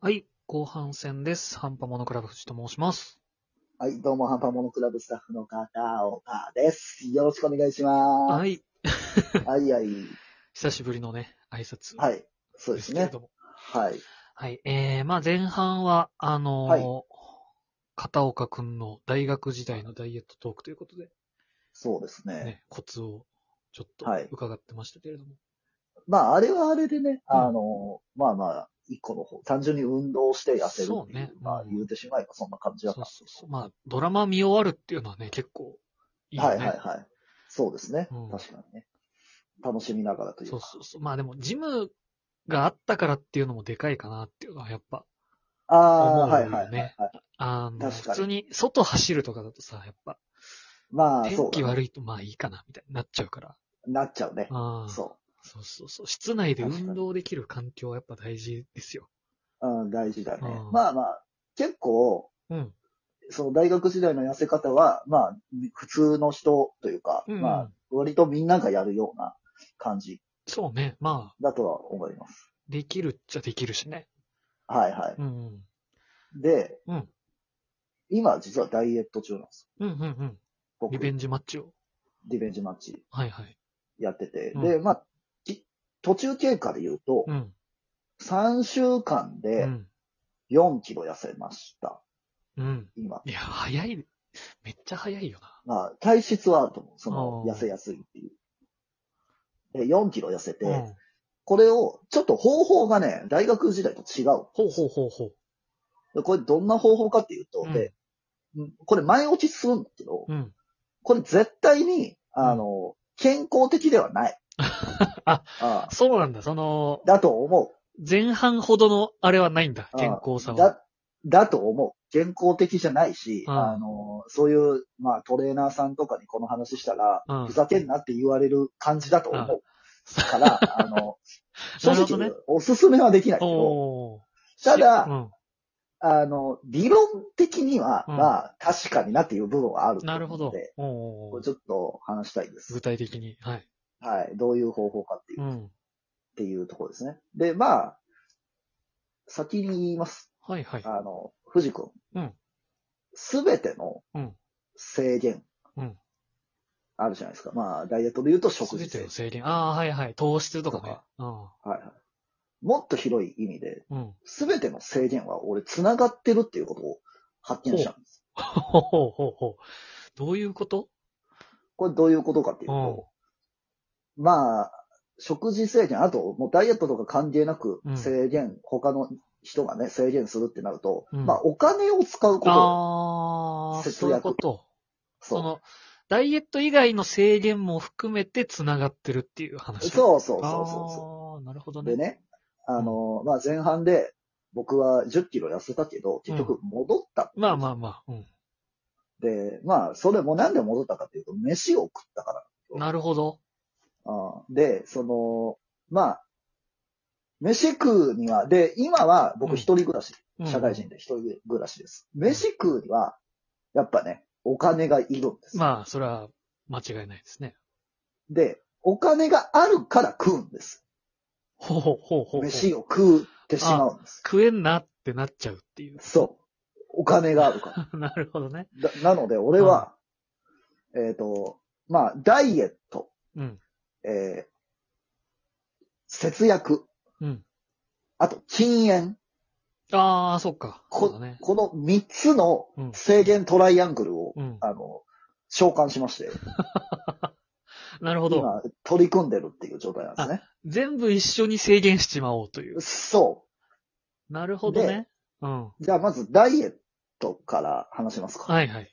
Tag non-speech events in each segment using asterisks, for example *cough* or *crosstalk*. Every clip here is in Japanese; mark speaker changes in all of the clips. Speaker 1: はい、後半戦です。半端モノクラブ藤と申します。
Speaker 2: はい、どうも、ハンパモノクラブスタッフの片岡です。よろしくお願いしま
Speaker 1: はい、
Speaker 2: す。はい、はい、
Speaker 1: 久しぶりのね、挨拶。。
Speaker 2: はいい、そうですね。
Speaker 1: も。
Speaker 2: はい、
Speaker 1: はい、えー、まあ前半は、あのー
Speaker 2: はい
Speaker 1: 片岡くんの大学時代のダイエットトークということで、
Speaker 2: そうですね。
Speaker 1: ね、コツをちょっと
Speaker 2: はい
Speaker 1: 伺ってましたけれども。
Speaker 2: まあ、あれはあれでね、あの、まあまあ、一個の方、単純に運動して痩せる
Speaker 1: そう
Speaker 2: っていう、
Speaker 1: ね
Speaker 2: まあ、
Speaker 1: うん
Speaker 2: 言うてしまえばそんな感じだっ
Speaker 1: そう
Speaker 2: た
Speaker 1: そうそう。まあ、ドラマ見終わるっていうのはね、結構いいよね。
Speaker 2: はい、はい、はい。そうですね。
Speaker 1: うん
Speaker 2: 確かにね。楽しみながらという
Speaker 1: そう
Speaker 2: か。
Speaker 1: そうそう。まあでも、ジムがあったからっていうのもでかいかなっていうのは、やっぱ、
Speaker 2: ああ、
Speaker 1: 思う
Speaker 2: は
Speaker 1: よ
Speaker 2: い、
Speaker 1: ね
Speaker 2: はい、はいはい。
Speaker 1: あの、
Speaker 2: 確か
Speaker 1: 普
Speaker 2: に
Speaker 1: 通に外走るとかだとさ、やっぱ、
Speaker 2: まあ、
Speaker 1: 天
Speaker 2: そう
Speaker 1: 気
Speaker 2: だね、
Speaker 1: 悪いとまあいいかな、みたいになっちゃうから。
Speaker 2: なっちゃうね。
Speaker 1: ああそう
Speaker 2: そ
Speaker 1: そうそう。室内で
Speaker 2: 確かに
Speaker 1: 運動できる環境はやっぱ大事ですよ。
Speaker 2: う。うん、大事だね
Speaker 1: うん。
Speaker 2: まあまあ、結構、
Speaker 1: うん。
Speaker 2: その大学時代の痩せ方は、まあ、普通の人というか、
Speaker 1: うん
Speaker 2: まあ、割とみんながやるような感じ
Speaker 1: そうね。まあ、
Speaker 2: だとは思います。
Speaker 1: できるっちゃできるしね。
Speaker 2: はいは
Speaker 1: うんうん。
Speaker 2: い。で、
Speaker 1: うん
Speaker 2: 今実はダイエット中なんです。
Speaker 1: うんうんうん。
Speaker 2: 僕、
Speaker 1: リ
Speaker 2: リベ
Speaker 1: ベンジマッチを。
Speaker 2: ンジマッチ
Speaker 1: はいはい。
Speaker 2: やってて。
Speaker 1: うん
Speaker 2: で、まあ、き途中経過で言うと、
Speaker 1: うん。
Speaker 2: 3週間
Speaker 1: う
Speaker 2: で
Speaker 1: ん。
Speaker 2: 4キロ痩せました。
Speaker 1: うん。
Speaker 2: 今。
Speaker 1: いや、早い。めっちゃ早いよな。
Speaker 2: まあ、体質はあると思う。その
Speaker 1: う、ん
Speaker 2: 痩せやすいっていう。で、4キロ痩せて、
Speaker 1: うん。
Speaker 2: これを、ちょっと方法がね、大学時代と違う。
Speaker 1: ほうほうほうほ
Speaker 2: でこれどんな方法かっていうと、
Speaker 1: う。
Speaker 2: で、うんこれ前落ちするんだけど、
Speaker 1: うん。うん。
Speaker 2: これ絶対に、あの、健康的ではない。
Speaker 1: *laughs* あ
Speaker 2: あ
Speaker 1: そうなんだ。その、
Speaker 2: だと思
Speaker 1: 前半ほどのあれはないんだ。
Speaker 2: う。
Speaker 1: 健康さ
Speaker 2: うん
Speaker 1: は。
Speaker 2: だ、だと思う。健康的じゃないし、
Speaker 1: うん
Speaker 2: あの、そういう、まあトレーナーさんとかにこの話したら、
Speaker 1: うん
Speaker 2: ふざけんなって言われる感じだと思う。から、あ
Speaker 1: *laughs*
Speaker 2: の、正
Speaker 1: なるほど
Speaker 2: 直、
Speaker 1: ね
Speaker 2: おすすめはできないけど、
Speaker 1: おー
Speaker 2: ただ
Speaker 1: うん
Speaker 2: あの、理論的には、
Speaker 1: うん
Speaker 2: まあ、確かになっていう部分はあると
Speaker 1: なる
Speaker 2: 思
Speaker 1: ほ
Speaker 2: うの
Speaker 1: ど
Speaker 2: で、。
Speaker 1: おうおう
Speaker 2: こ
Speaker 1: お
Speaker 2: れ
Speaker 1: う
Speaker 2: ちょっと話したいです
Speaker 1: 具。体的に。はい。
Speaker 2: はい。どういう方法かっていう、
Speaker 1: う
Speaker 2: っ
Speaker 1: ん。
Speaker 2: ていうところですね。で、まあ、先に言います。
Speaker 1: はいはい。
Speaker 2: あの、藤君。
Speaker 1: うん
Speaker 2: すべての
Speaker 1: うん
Speaker 2: 制限。
Speaker 1: うん
Speaker 2: あるじゃないですか。まあ、ダイエットで言うと食
Speaker 1: 全
Speaker 2: 事
Speaker 1: て
Speaker 2: 制
Speaker 1: の制限。ああ、はいはい。糖質とかね。
Speaker 2: 限。はいはい。もっと広い意味で、
Speaker 1: うん。うん。
Speaker 2: すべての制限は俺繋がってるっていうことを発見したんです。
Speaker 1: ほほほほ。どういうこと
Speaker 2: これどういうことかっていう
Speaker 1: う
Speaker 2: と、
Speaker 1: ん。
Speaker 2: まあ、食事制限、あと、もうダイエットとか関係なく
Speaker 1: うん
Speaker 2: 制限、他の人がね、制限するってなると、
Speaker 1: うん
Speaker 2: まあ、お金を使うこと。
Speaker 1: ああ、
Speaker 2: 節約
Speaker 1: そういうこと。
Speaker 2: そ
Speaker 1: そうの、ダイエット以外の制限も含めて繋がってるっていう話。う
Speaker 2: そうそうそうそうそ
Speaker 1: ああ、なるほど
Speaker 2: う。
Speaker 1: ね。
Speaker 2: でね、あの、まあ、前半で、僕は10キロ痩せたけど、結局戻った、
Speaker 1: まあまあまあ。う
Speaker 2: で、まあ、それもなんで戻ったかっていうと、飯を食ったから。
Speaker 1: ん。なるほど。
Speaker 2: あで、その、まあ、飯食うには、で、今は僕一人暮らし
Speaker 1: うん
Speaker 2: 社会人。で一人暮らしです。飯食うには、やっぱね、お金がいるんです。
Speaker 1: まあ、それは間違いないですね。
Speaker 2: で、お金があるから食うんです。
Speaker 1: ほうほうほうほう。
Speaker 2: 飯を食ってしまうんです。
Speaker 1: 食えんなってなっちゃうって
Speaker 2: *laughs*
Speaker 1: いう。
Speaker 2: そう。お金があるか
Speaker 1: なるほどね。
Speaker 2: ら。
Speaker 1: *laughs*
Speaker 2: だなので、俺は、えっ、と、まあ、ダイエット、
Speaker 1: うん。
Speaker 2: えー、節約、
Speaker 1: うん。
Speaker 2: あと禁煙、
Speaker 1: ああ、そっか。そうだ
Speaker 2: こ
Speaker 1: ね。
Speaker 2: この三つの
Speaker 1: うん。
Speaker 2: 制限トライアングルを、
Speaker 1: うん。
Speaker 2: あの、召喚しまして、
Speaker 1: なるほど。
Speaker 2: 今取り組んでるっていう状態なんですね。
Speaker 1: 全部一緒に制限しちまおうという。
Speaker 2: そう。
Speaker 1: なるほどね。うん。
Speaker 2: じゃあまずダイエットから話しますか。
Speaker 1: はいはい。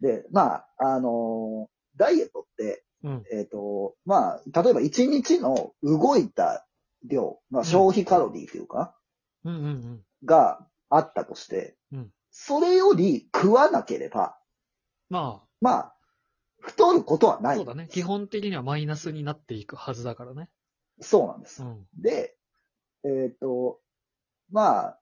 Speaker 2: で、まあ、あのーダイエットって、
Speaker 1: うん。
Speaker 2: えっ、と、まあ、例えば1日の動いた量、まあ、消費カロリーというか、
Speaker 1: うんうんうん。
Speaker 2: があったとして、
Speaker 1: うん
Speaker 2: それより食わなければ、
Speaker 1: ま
Speaker 2: まあ、太ることは
Speaker 1: あ、
Speaker 2: ない。
Speaker 1: そうだね。基本的にはマイナスになっていくはずだからね。
Speaker 2: そうなんです
Speaker 1: う。ん。
Speaker 2: で、えっ、と、まあ、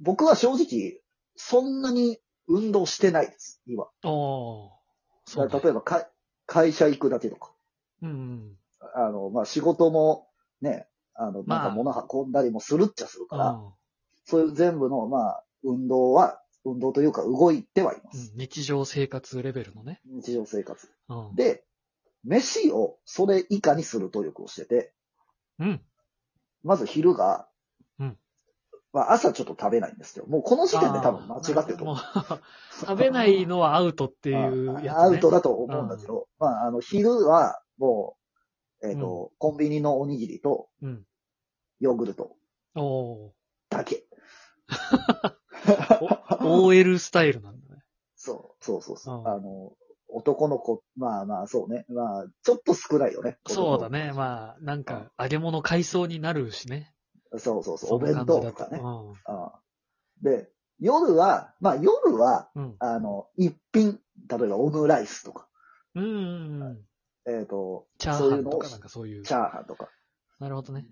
Speaker 2: 僕は正直、そんなに運動してないです、今。
Speaker 1: おー。そ
Speaker 2: だ
Speaker 1: う
Speaker 2: か
Speaker 1: だ
Speaker 2: ら例えばか、会社行くだけとか。
Speaker 1: うんうん。
Speaker 2: あの、まあ、仕事もね、あの、なんか物運んだりもするっちゃするから、
Speaker 1: あ
Speaker 2: そういう全部の、まあ、運動は、運動というか動いてはいま
Speaker 1: うん
Speaker 2: す。
Speaker 1: 日常生活レベルのね。
Speaker 2: 日常生活。
Speaker 1: うん。
Speaker 2: で、飯をそれ以下にする努力をしてて、
Speaker 1: うん。
Speaker 2: まず昼が、
Speaker 1: うん
Speaker 2: まあ朝ちょっと食べないんですよ。もうこの時点で多分間違ってると思
Speaker 1: も
Speaker 2: う。
Speaker 1: う食べないのはアウトっていうやつ、ね。
Speaker 2: あアウトだと思うんだけど、まあ、あの、昼はもう、えっ、と、コンビニのおにぎりと
Speaker 1: うん。
Speaker 2: ヨーグルト
Speaker 1: おー
Speaker 2: だけ。
Speaker 1: OL スタイルなん
Speaker 2: *laughs*
Speaker 1: だね。
Speaker 2: そう、そうそうそう。
Speaker 1: うん
Speaker 2: あの、男の子、まあまあそうね。まあ、ちょっと少ないよね。
Speaker 1: そうだね。まあ、なんか、揚げ物買いそうになるしね。
Speaker 2: そうそうそう。
Speaker 1: そ
Speaker 2: お
Speaker 1: んな
Speaker 2: 弁
Speaker 1: 感じ
Speaker 2: 当
Speaker 1: だ
Speaker 2: と
Speaker 1: と
Speaker 2: かね。うんで、夜は、まあ夜は、
Speaker 1: うん。うん。
Speaker 2: あの、一品、例えばオムライスとか、
Speaker 1: うんうんうん。
Speaker 2: えっ、と、
Speaker 1: チャー
Speaker 2: そう
Speaker 1: ハ
Speaker 2: いう
Speaker 1: ン
Speaker 2: の
Speaker 1: と
Speaker 2: を
Speaker 1: かなんかそういう
Speaker 2: チ。ャーハンとか。
Speaker 1: なるほどね。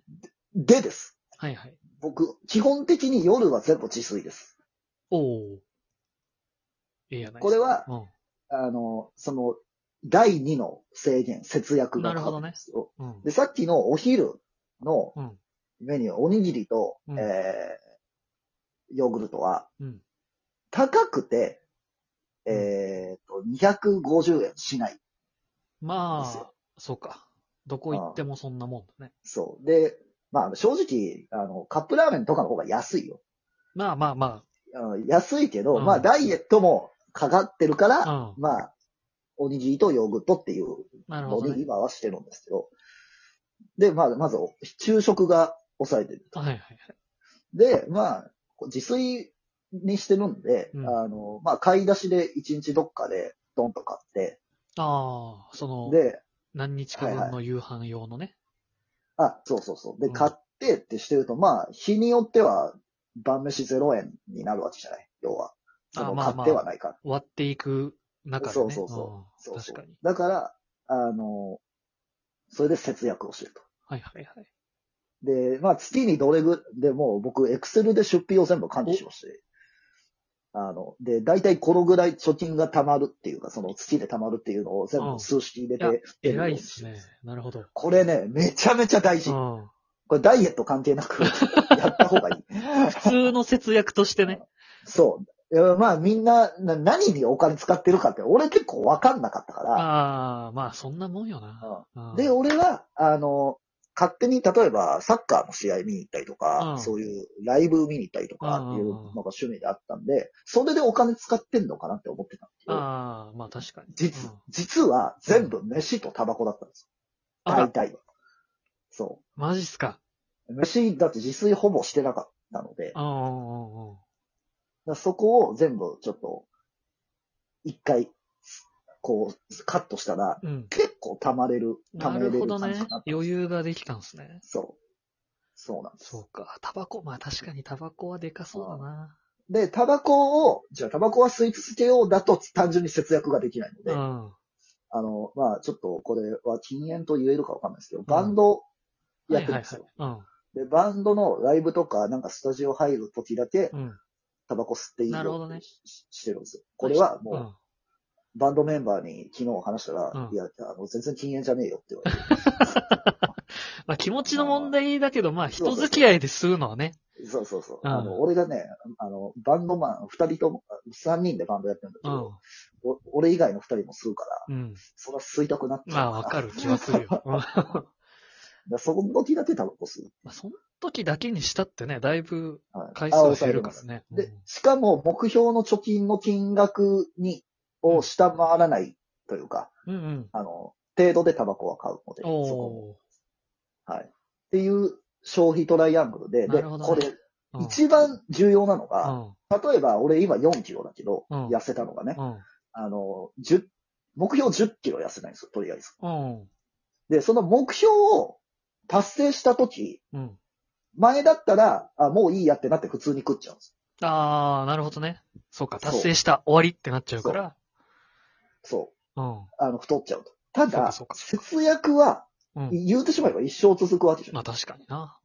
Speaker 2: でです。
Speaker 1: はいはい。
Speaker 2: 僕、基本的に夜は全部自炊です。
Speaker 1: おお。ええやないですか
Speaker 2: これは、
Speaker 1: う
Speaker 2: あの、その、第2の制限、節約がかかってるんですよ。
Speaker 1: ん。うん。
Speaker 2: で、さっきのお昼の
Speaker 1: うん
Speaker 2: メニュー、おにぎりと、
Speaker 1: うん
Speaker 2: えー、ヨーグルトは、
Speaker 1: うん。
Speaker 2: 高くて、えー、と、250円しない。
Speaker 1: ま
Speaker 2: です
Speaker 1: あ、そうか。どこ行ってもそんなもんだね。
Speaker 2: そう。で、まあ、正直、あの、カップラーメンとかの方が安いよ。
Speaker 1: まあまあま
Speaker 2: あの安いけど、
Speaker 1: うん
Speaker 2: まあ、ダイエットもかかってるから、
Speaker 1: あ。う。
Speaker 2: まあ、おにぎりとヨーグルトっていうん
Speaker 1: なる
Speaker 2: の
Speaker 1: ほ
Speaker 2: に
Speaker 1: どね。
Speaker 2: 今はしてるんですけど。で、まあ、まず、昼食が抑えてる。
Speaker 1: はいはいはい。
Speaker 2: で、まあ、こう自炊にしてるんで、
Speaker 1: うん
Speaker 2: あの、まあ、買い出しで1日どっかでドンと買って、
Speaker 1: ああ、その、
Speaker 2: で、
Speaker 1: 何日か
Speaker 2: は
Speaker 1: 分
Speaker 2: い
Speaker 1: の夕飯用のね。
Speaker 2: あ、そうそうそう。で、
Speaker 1: うん
Speaker 2: 買ってってしてると、まあ、日によっては晩飯0円になるわけじゃない。要は。そ
Speaker 1: あ
Speaker 2: の
Speaker 1: まあ
Speaker 2: 買
Speaker 1: まあ
Speaker 2: ってはないから。
Speaker 1: 割っていく中で、ね。
Speaker 2: そうそうそそううんそう
Speaker 1: 確かに。
Speaker 2: だから、あの、それで節約をしてると。
Speaker 1: はいはいはい。
Speaker 2: で、まあ、月にどれぐ、でもう僕、エクセルで出費を全部管理しまして、あの、で、大体このぐらい貯金が貯まるっていうか、その月で貯まるっていうのを全
Speaker 1: うん
Speaker 2: 部数式入れ
Speaker 1: い
Speaker 2: て、
Speaker 1: 偉いっすね。なるほど。
Speaker 2: これね、めちゃめちゃ大
Speaker 1: う
Speaker 2: 事。
Speaker 1: ん。
Speaker 2: これダイエット関係なく *laughs* やった方がいい。
Speaker 1: 普通の節約としてね。
Speaker 2: そう。いやまあみんなな何にお金使ってるかって、俺結構わかんなかったから、
Speaker 1: ああ、まあそんなもんよな。うん
Speaker 2: で、俺は、あの、勝手に、例えば、サッカーの試合見に行ったりとか、
Speaker 1: うん
Speaker 2: そういうライブ見に行ったりとかっていうのが趣味であったんで、それでお金使ってんのかなって思ってたんですよ。
Speaker 1: ああ、まあ確かに。
Speaker 2: 実
Speaker 1: うん、
Speaker 2: 実は全部飯とタバコだったんですよ。
Speaker 1: あら
Speaker 2: 大、体は。そ
Speaker 1: マジっすか。
Speaker 2: う。飯、だって自炊ほぼしてなかったので、だか
Speaker 1: うんうんうんうん。
Speaker 2: らそこを全部ちょっと、一回、こう、カットしたら、
Speaker 1: うん。
Speaker 2: 結構溜まれる、溜
Speaker 1: な
Speaker 2: めれ
Speaker 1: る
Speaker 2: る
Speaker 1: ほど
Speaker 2: 感じ
Speaker 1: ね
Speaker 2: かな。
Speaker 1: 余裕ができたんすね。
Speaker 2: そう。そうなんです。
Speaker 1: そうか。タバコ、まあ確かにタバコはでかそうだな。
Speaker 2: で、タバコを、じゃあタバコは吸い続けようだと単純に節約ができないので、
Speaker 1: うん。
Speaker 2: あの、まあちょっとこれは禁煙と言えるかわかんないですけど、バンドやってるんですよ。
Speaker 1: はい
Speaker 2: で、バンドのライブとか、なんかスタジオ入る時だけ
Speaker 1: はいはい。うん。うん。
Speaker 2: タバコ吸っていいよ
Speaker 1: なるほど
Speaker 2: っ
Speaker 1: ね
Speaker 2: てし,、してるんですよ。これはもう、
Speaker 1: うん
Speaker 2: バンドメンバーに昨日話したら、
Speaker 1: うん
Speaker 2: いや、あの、全然禁煙じゃねえよって言
Speaker 1: *laughs*
Speaker 2: われて。
Speaker 1: *laughs* まあ気持ちの問題だけど、まあ人付き合いで吸うのはね。
Speaker 2: そうそうそう。
Speaker 1: うん
Speaker 2: あの、俺がね、あの、バンドマン、二人とも、あ三人でバンドやってるんだけ
Speaker 1: う
Speaker 2: ど
Speaker 1: ん、。
Speaker 2: お俺以外の二人も吸うから、
Speaker 1: うん。
Speaker 2: それは吸いたくなっちゃう
Speaker 1: まあわかる気はするよ。うん *laughs*
Speaker 2: だからその時だけタバコ吸う。
Speaker 1: まあその時だけにしたってね、だいぶ
Speaker 2: はい
Speaker 1: 回数が減るからね。
Speaker 2: で、しかも目標の貯金の金額に、を下回らないというか、
Speaker 1: うんうん
Speaker 2: あの、程度でタバコは買うので、
Speaker 1: うん。
Speaker 2: そこ
Speaker 1: お
Speaker 2: も。はい。っていう消費トライアングルで、
Speaker 1: な
Speaker 2: で、
Speaker 1: るほど
Speaker 2: こ
Speaker 1: ね
Speaker 2: れ、
Speaker 1: ーうん
Speaker 2: 一番重要なの
Speaker 1: う
Speaker 2: が、
Speaker 1: ん
Speaker 2: 例えば俺今4キロだけど、
Speaker 1: うん
Speaker 2: 痩せたのがね、
Speaker 1: うん
Speaker 2: あの、10、目標10キロ痩せないんですよ、とりあえず。
Speaker 1: うん。
Speaker 2: で、その目標を達成した時、
Speaker 1: うん。
Speaker 2: 前だったら、あ、もういいやってなって普通に食っちゃうんです。
Speaker 1: ああ、なるほどね。そうか、
Speaker 2: そう
Speaker 1: 達成した、終わりってなっちゃうから。
Speaker 2: そう。
Speaker 1: うん。
Speaker 2: あの、太っちゃうと。ただ
Speaker 1: そう、かそうか
Speaker 2: 節約は、
Speaker 1: うん。
Speaker 2: 言うてしまえば一生続くわけじゃ
Speaker 1: ま
Speaker 2: ん。
Speaker 1: あ確かにな。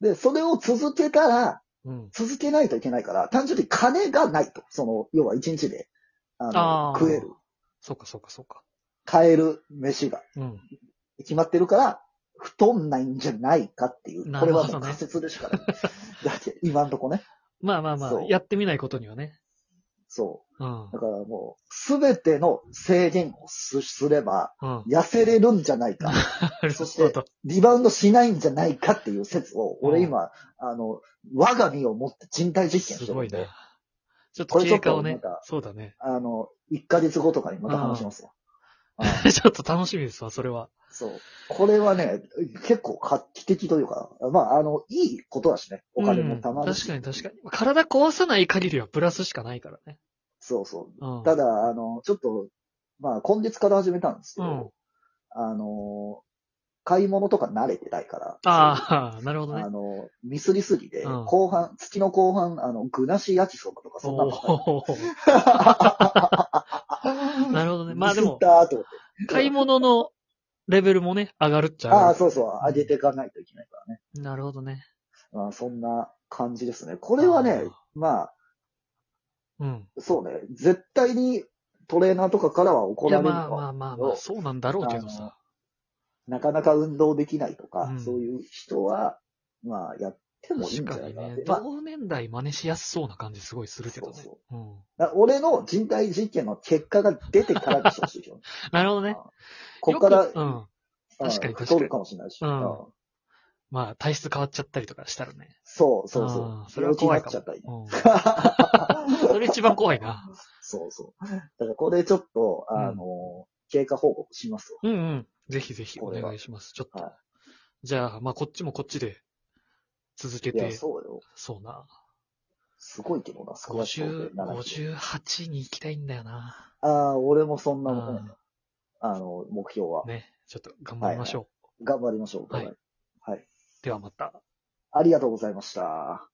Speaker 2: で、それを続けたら、
Speaker 1: うん。
Speaker 2: 続けないといけないから、単純に金がないと。その、要は一日で、あの、
Speaker 1: あー
Speaker 2: 食える、
Speaker 1: そうかそうかそうか。
Speaker 2: 買える飯が
Speaker 1: うん。
Speaker 2: 決まってるから、太んないんじゃないかっていう。
Speaker 1: な
Speaker 2: これ
Speaker 1: るほど
Speaker 2: は
Speaker 1: ね *laughs*
Speaker 2: もう仮説でしかない。だって、今んとこね。
Speaker 1: まあまあまあ
Speaker 2: そ、う
Speaker 1: やってみないことにはね。
Speaker 2: そ
Speaker 1: うん
Speaker 2: う。だ。からもう、すべての制限をすすれば、
Speaker 1: うん。
Speaker 2: 痩せれるんじゃないか。
Speaker 1: なる
Speaker 2: そし
Speaker 1: ほ
Speaker 2: て
Speaker 1: ど。
Speaker 2: リバウンドしないんじゃないかっていう説を、
Speaker 1: う
Speaker 2: 俺
Speaker 1: ん
Speaker 2: 今、あの、我が身を持って人体実験し
Speaker 1: す
Speaker 2: て
Speaker 1: ご
Speaker 2: るん
Speaker 1: いな
Speaker 2: で、。
Speaker 1: ちょっと
Speaker 2: これちょ
Speaker 1: 経
Speaker 2: っと
Speaker 1: 過をね
Speaker 2: なんか、
Speaker 1: そうだね。 *laughs*
Speaker 2: あの、1ヶ月後とかにまた話しますよ。うん
Speaker 1: ちょっと楽しみですわ、それは。
Speaker 2: そう。これはね、結構画期的というか、まあ、あの、いいことだしね。お金も貯まるし、
Speaker 1: うん。確かに確かに。体壊さない限りはプラスしかないからね。
Speaker 2: そうそうう。
Speaker 1: ん。
Speaker 2: ただ、あの、ちょっと、まあ、今月から始めたんですけ
Speaker 1: う
Speaker 2: ど、
Speaker 1: ん。
Speaker 2: あの、買い物とか慣れてないから、
Speaker 1: ああ、なるほどね
Speaker 2: あ。の、ミスりすぎて、
Speaker 1: うん
Speaker 2: 後半、月の後半、あの、具なし焼きそばとかそんなのばっかり
Speaker 1: お *laughs* ーなるほどね。まあで
Speaker 2: ミスっ
Speaker 1: も
Speaker 2: た、ーと思って。
Speaker 1: 買い物のレベルもね、上がるっちゃ上がる
Speaker 2: ああ、そうそう、上げていかないといけないからね。
Speaker 1: なるほどね。
Speaker 2: まあ、そんな感じですね。これはね、まあ、
Speaker 1: うん。
Speaker 2: そうね、絶対にトレーナーとかからは怒
Speaker 1: い
Speaker 2: ら
Speaker 1: や、
Speaker 2: れる
Speaker 1: まあ
Speaker 2: の
Speaker 1: ま
Speaker 2: は、
Speaker 1: あまあまあ、そうなんだろうけどさ。
Speaker 2: なかなか運動できないとか、
Speaker 1: うん
Speaker 2: そういう人は、まあ、やってもいい
Speaker 1: 確
Speaker 2: んじゃ
Speaker 1: か
Speaker 2: ない
Speaker 1: に
Speaker 2: かなっ
Speaker 1: ね
Speaker 2: て。。まあ
Speaker 1: 同年代真似しやすそうな感じすごいするけどね。
Speaker 2: そうそう
Speaker 1: うん。
Speaker 2: だ俺の人体実験の結果が出てからにしてほしいよね。
Speaker 1: なるほどね。
Speaker 2: ここから
Speaker 1: よ、くうん。
Speaker 2: うん
Speaker 1: 確かに確かに
Speaker 2: 太るかもしれないし。
Speaker 1: うん
Speaker 2: うん
Speaker 1: まあ、体質変わっちゃったりとかしたらね。
Speaker 2: そうそうそう
Speaker 1: あ。ーそれ
Speaker 2: 病
Speaker 1: は
Speaker 2: 気に
Speaker 1: 怖
Speaker 2: ないっ
Speaker 1: か
Speaker 2: ち
Speaker 1: も
Speaker 2: ゃったり。。
Speaker 1: うん
Speaker 2: *laughs*
Speaker 1: それ一番怖いな。
Speaker 2: そうそう。だからこれちょっと、
Speaker 1: ん
Speaker 2: あの、経過報告しますわ。
Speaker 1: うんうん。ぜひぜひお
Speaker 2: これは
Speaker 1: 願いします。ちょっと。
Speaker 2: はい
Speaker 1: じゃあ、まあ、こっちもこっちで続け
Speaker 2: いや、
Speaker 1: て、
Speaker 2: そうよ。
Speaker 1: そうな。
Speaker 2: すごいけどな、スクワットで
Speaker 1: 50、
Speaker 2: 7キロ
Speaker 1: 58に行きたいんだよな。
Speaker 2: ああ、俺もそんなもん、
Speaker 1: うん
Speaker 2: あの、目標は。
Speaker 1: ね。ちょっと頑張りましょう。
Speaker 2: 頑張りましょう。
Speaker 1: はい
Speaker 2: はい。はい。
Speaker 1: ではまた。
Speaker 2: ありがとうございました。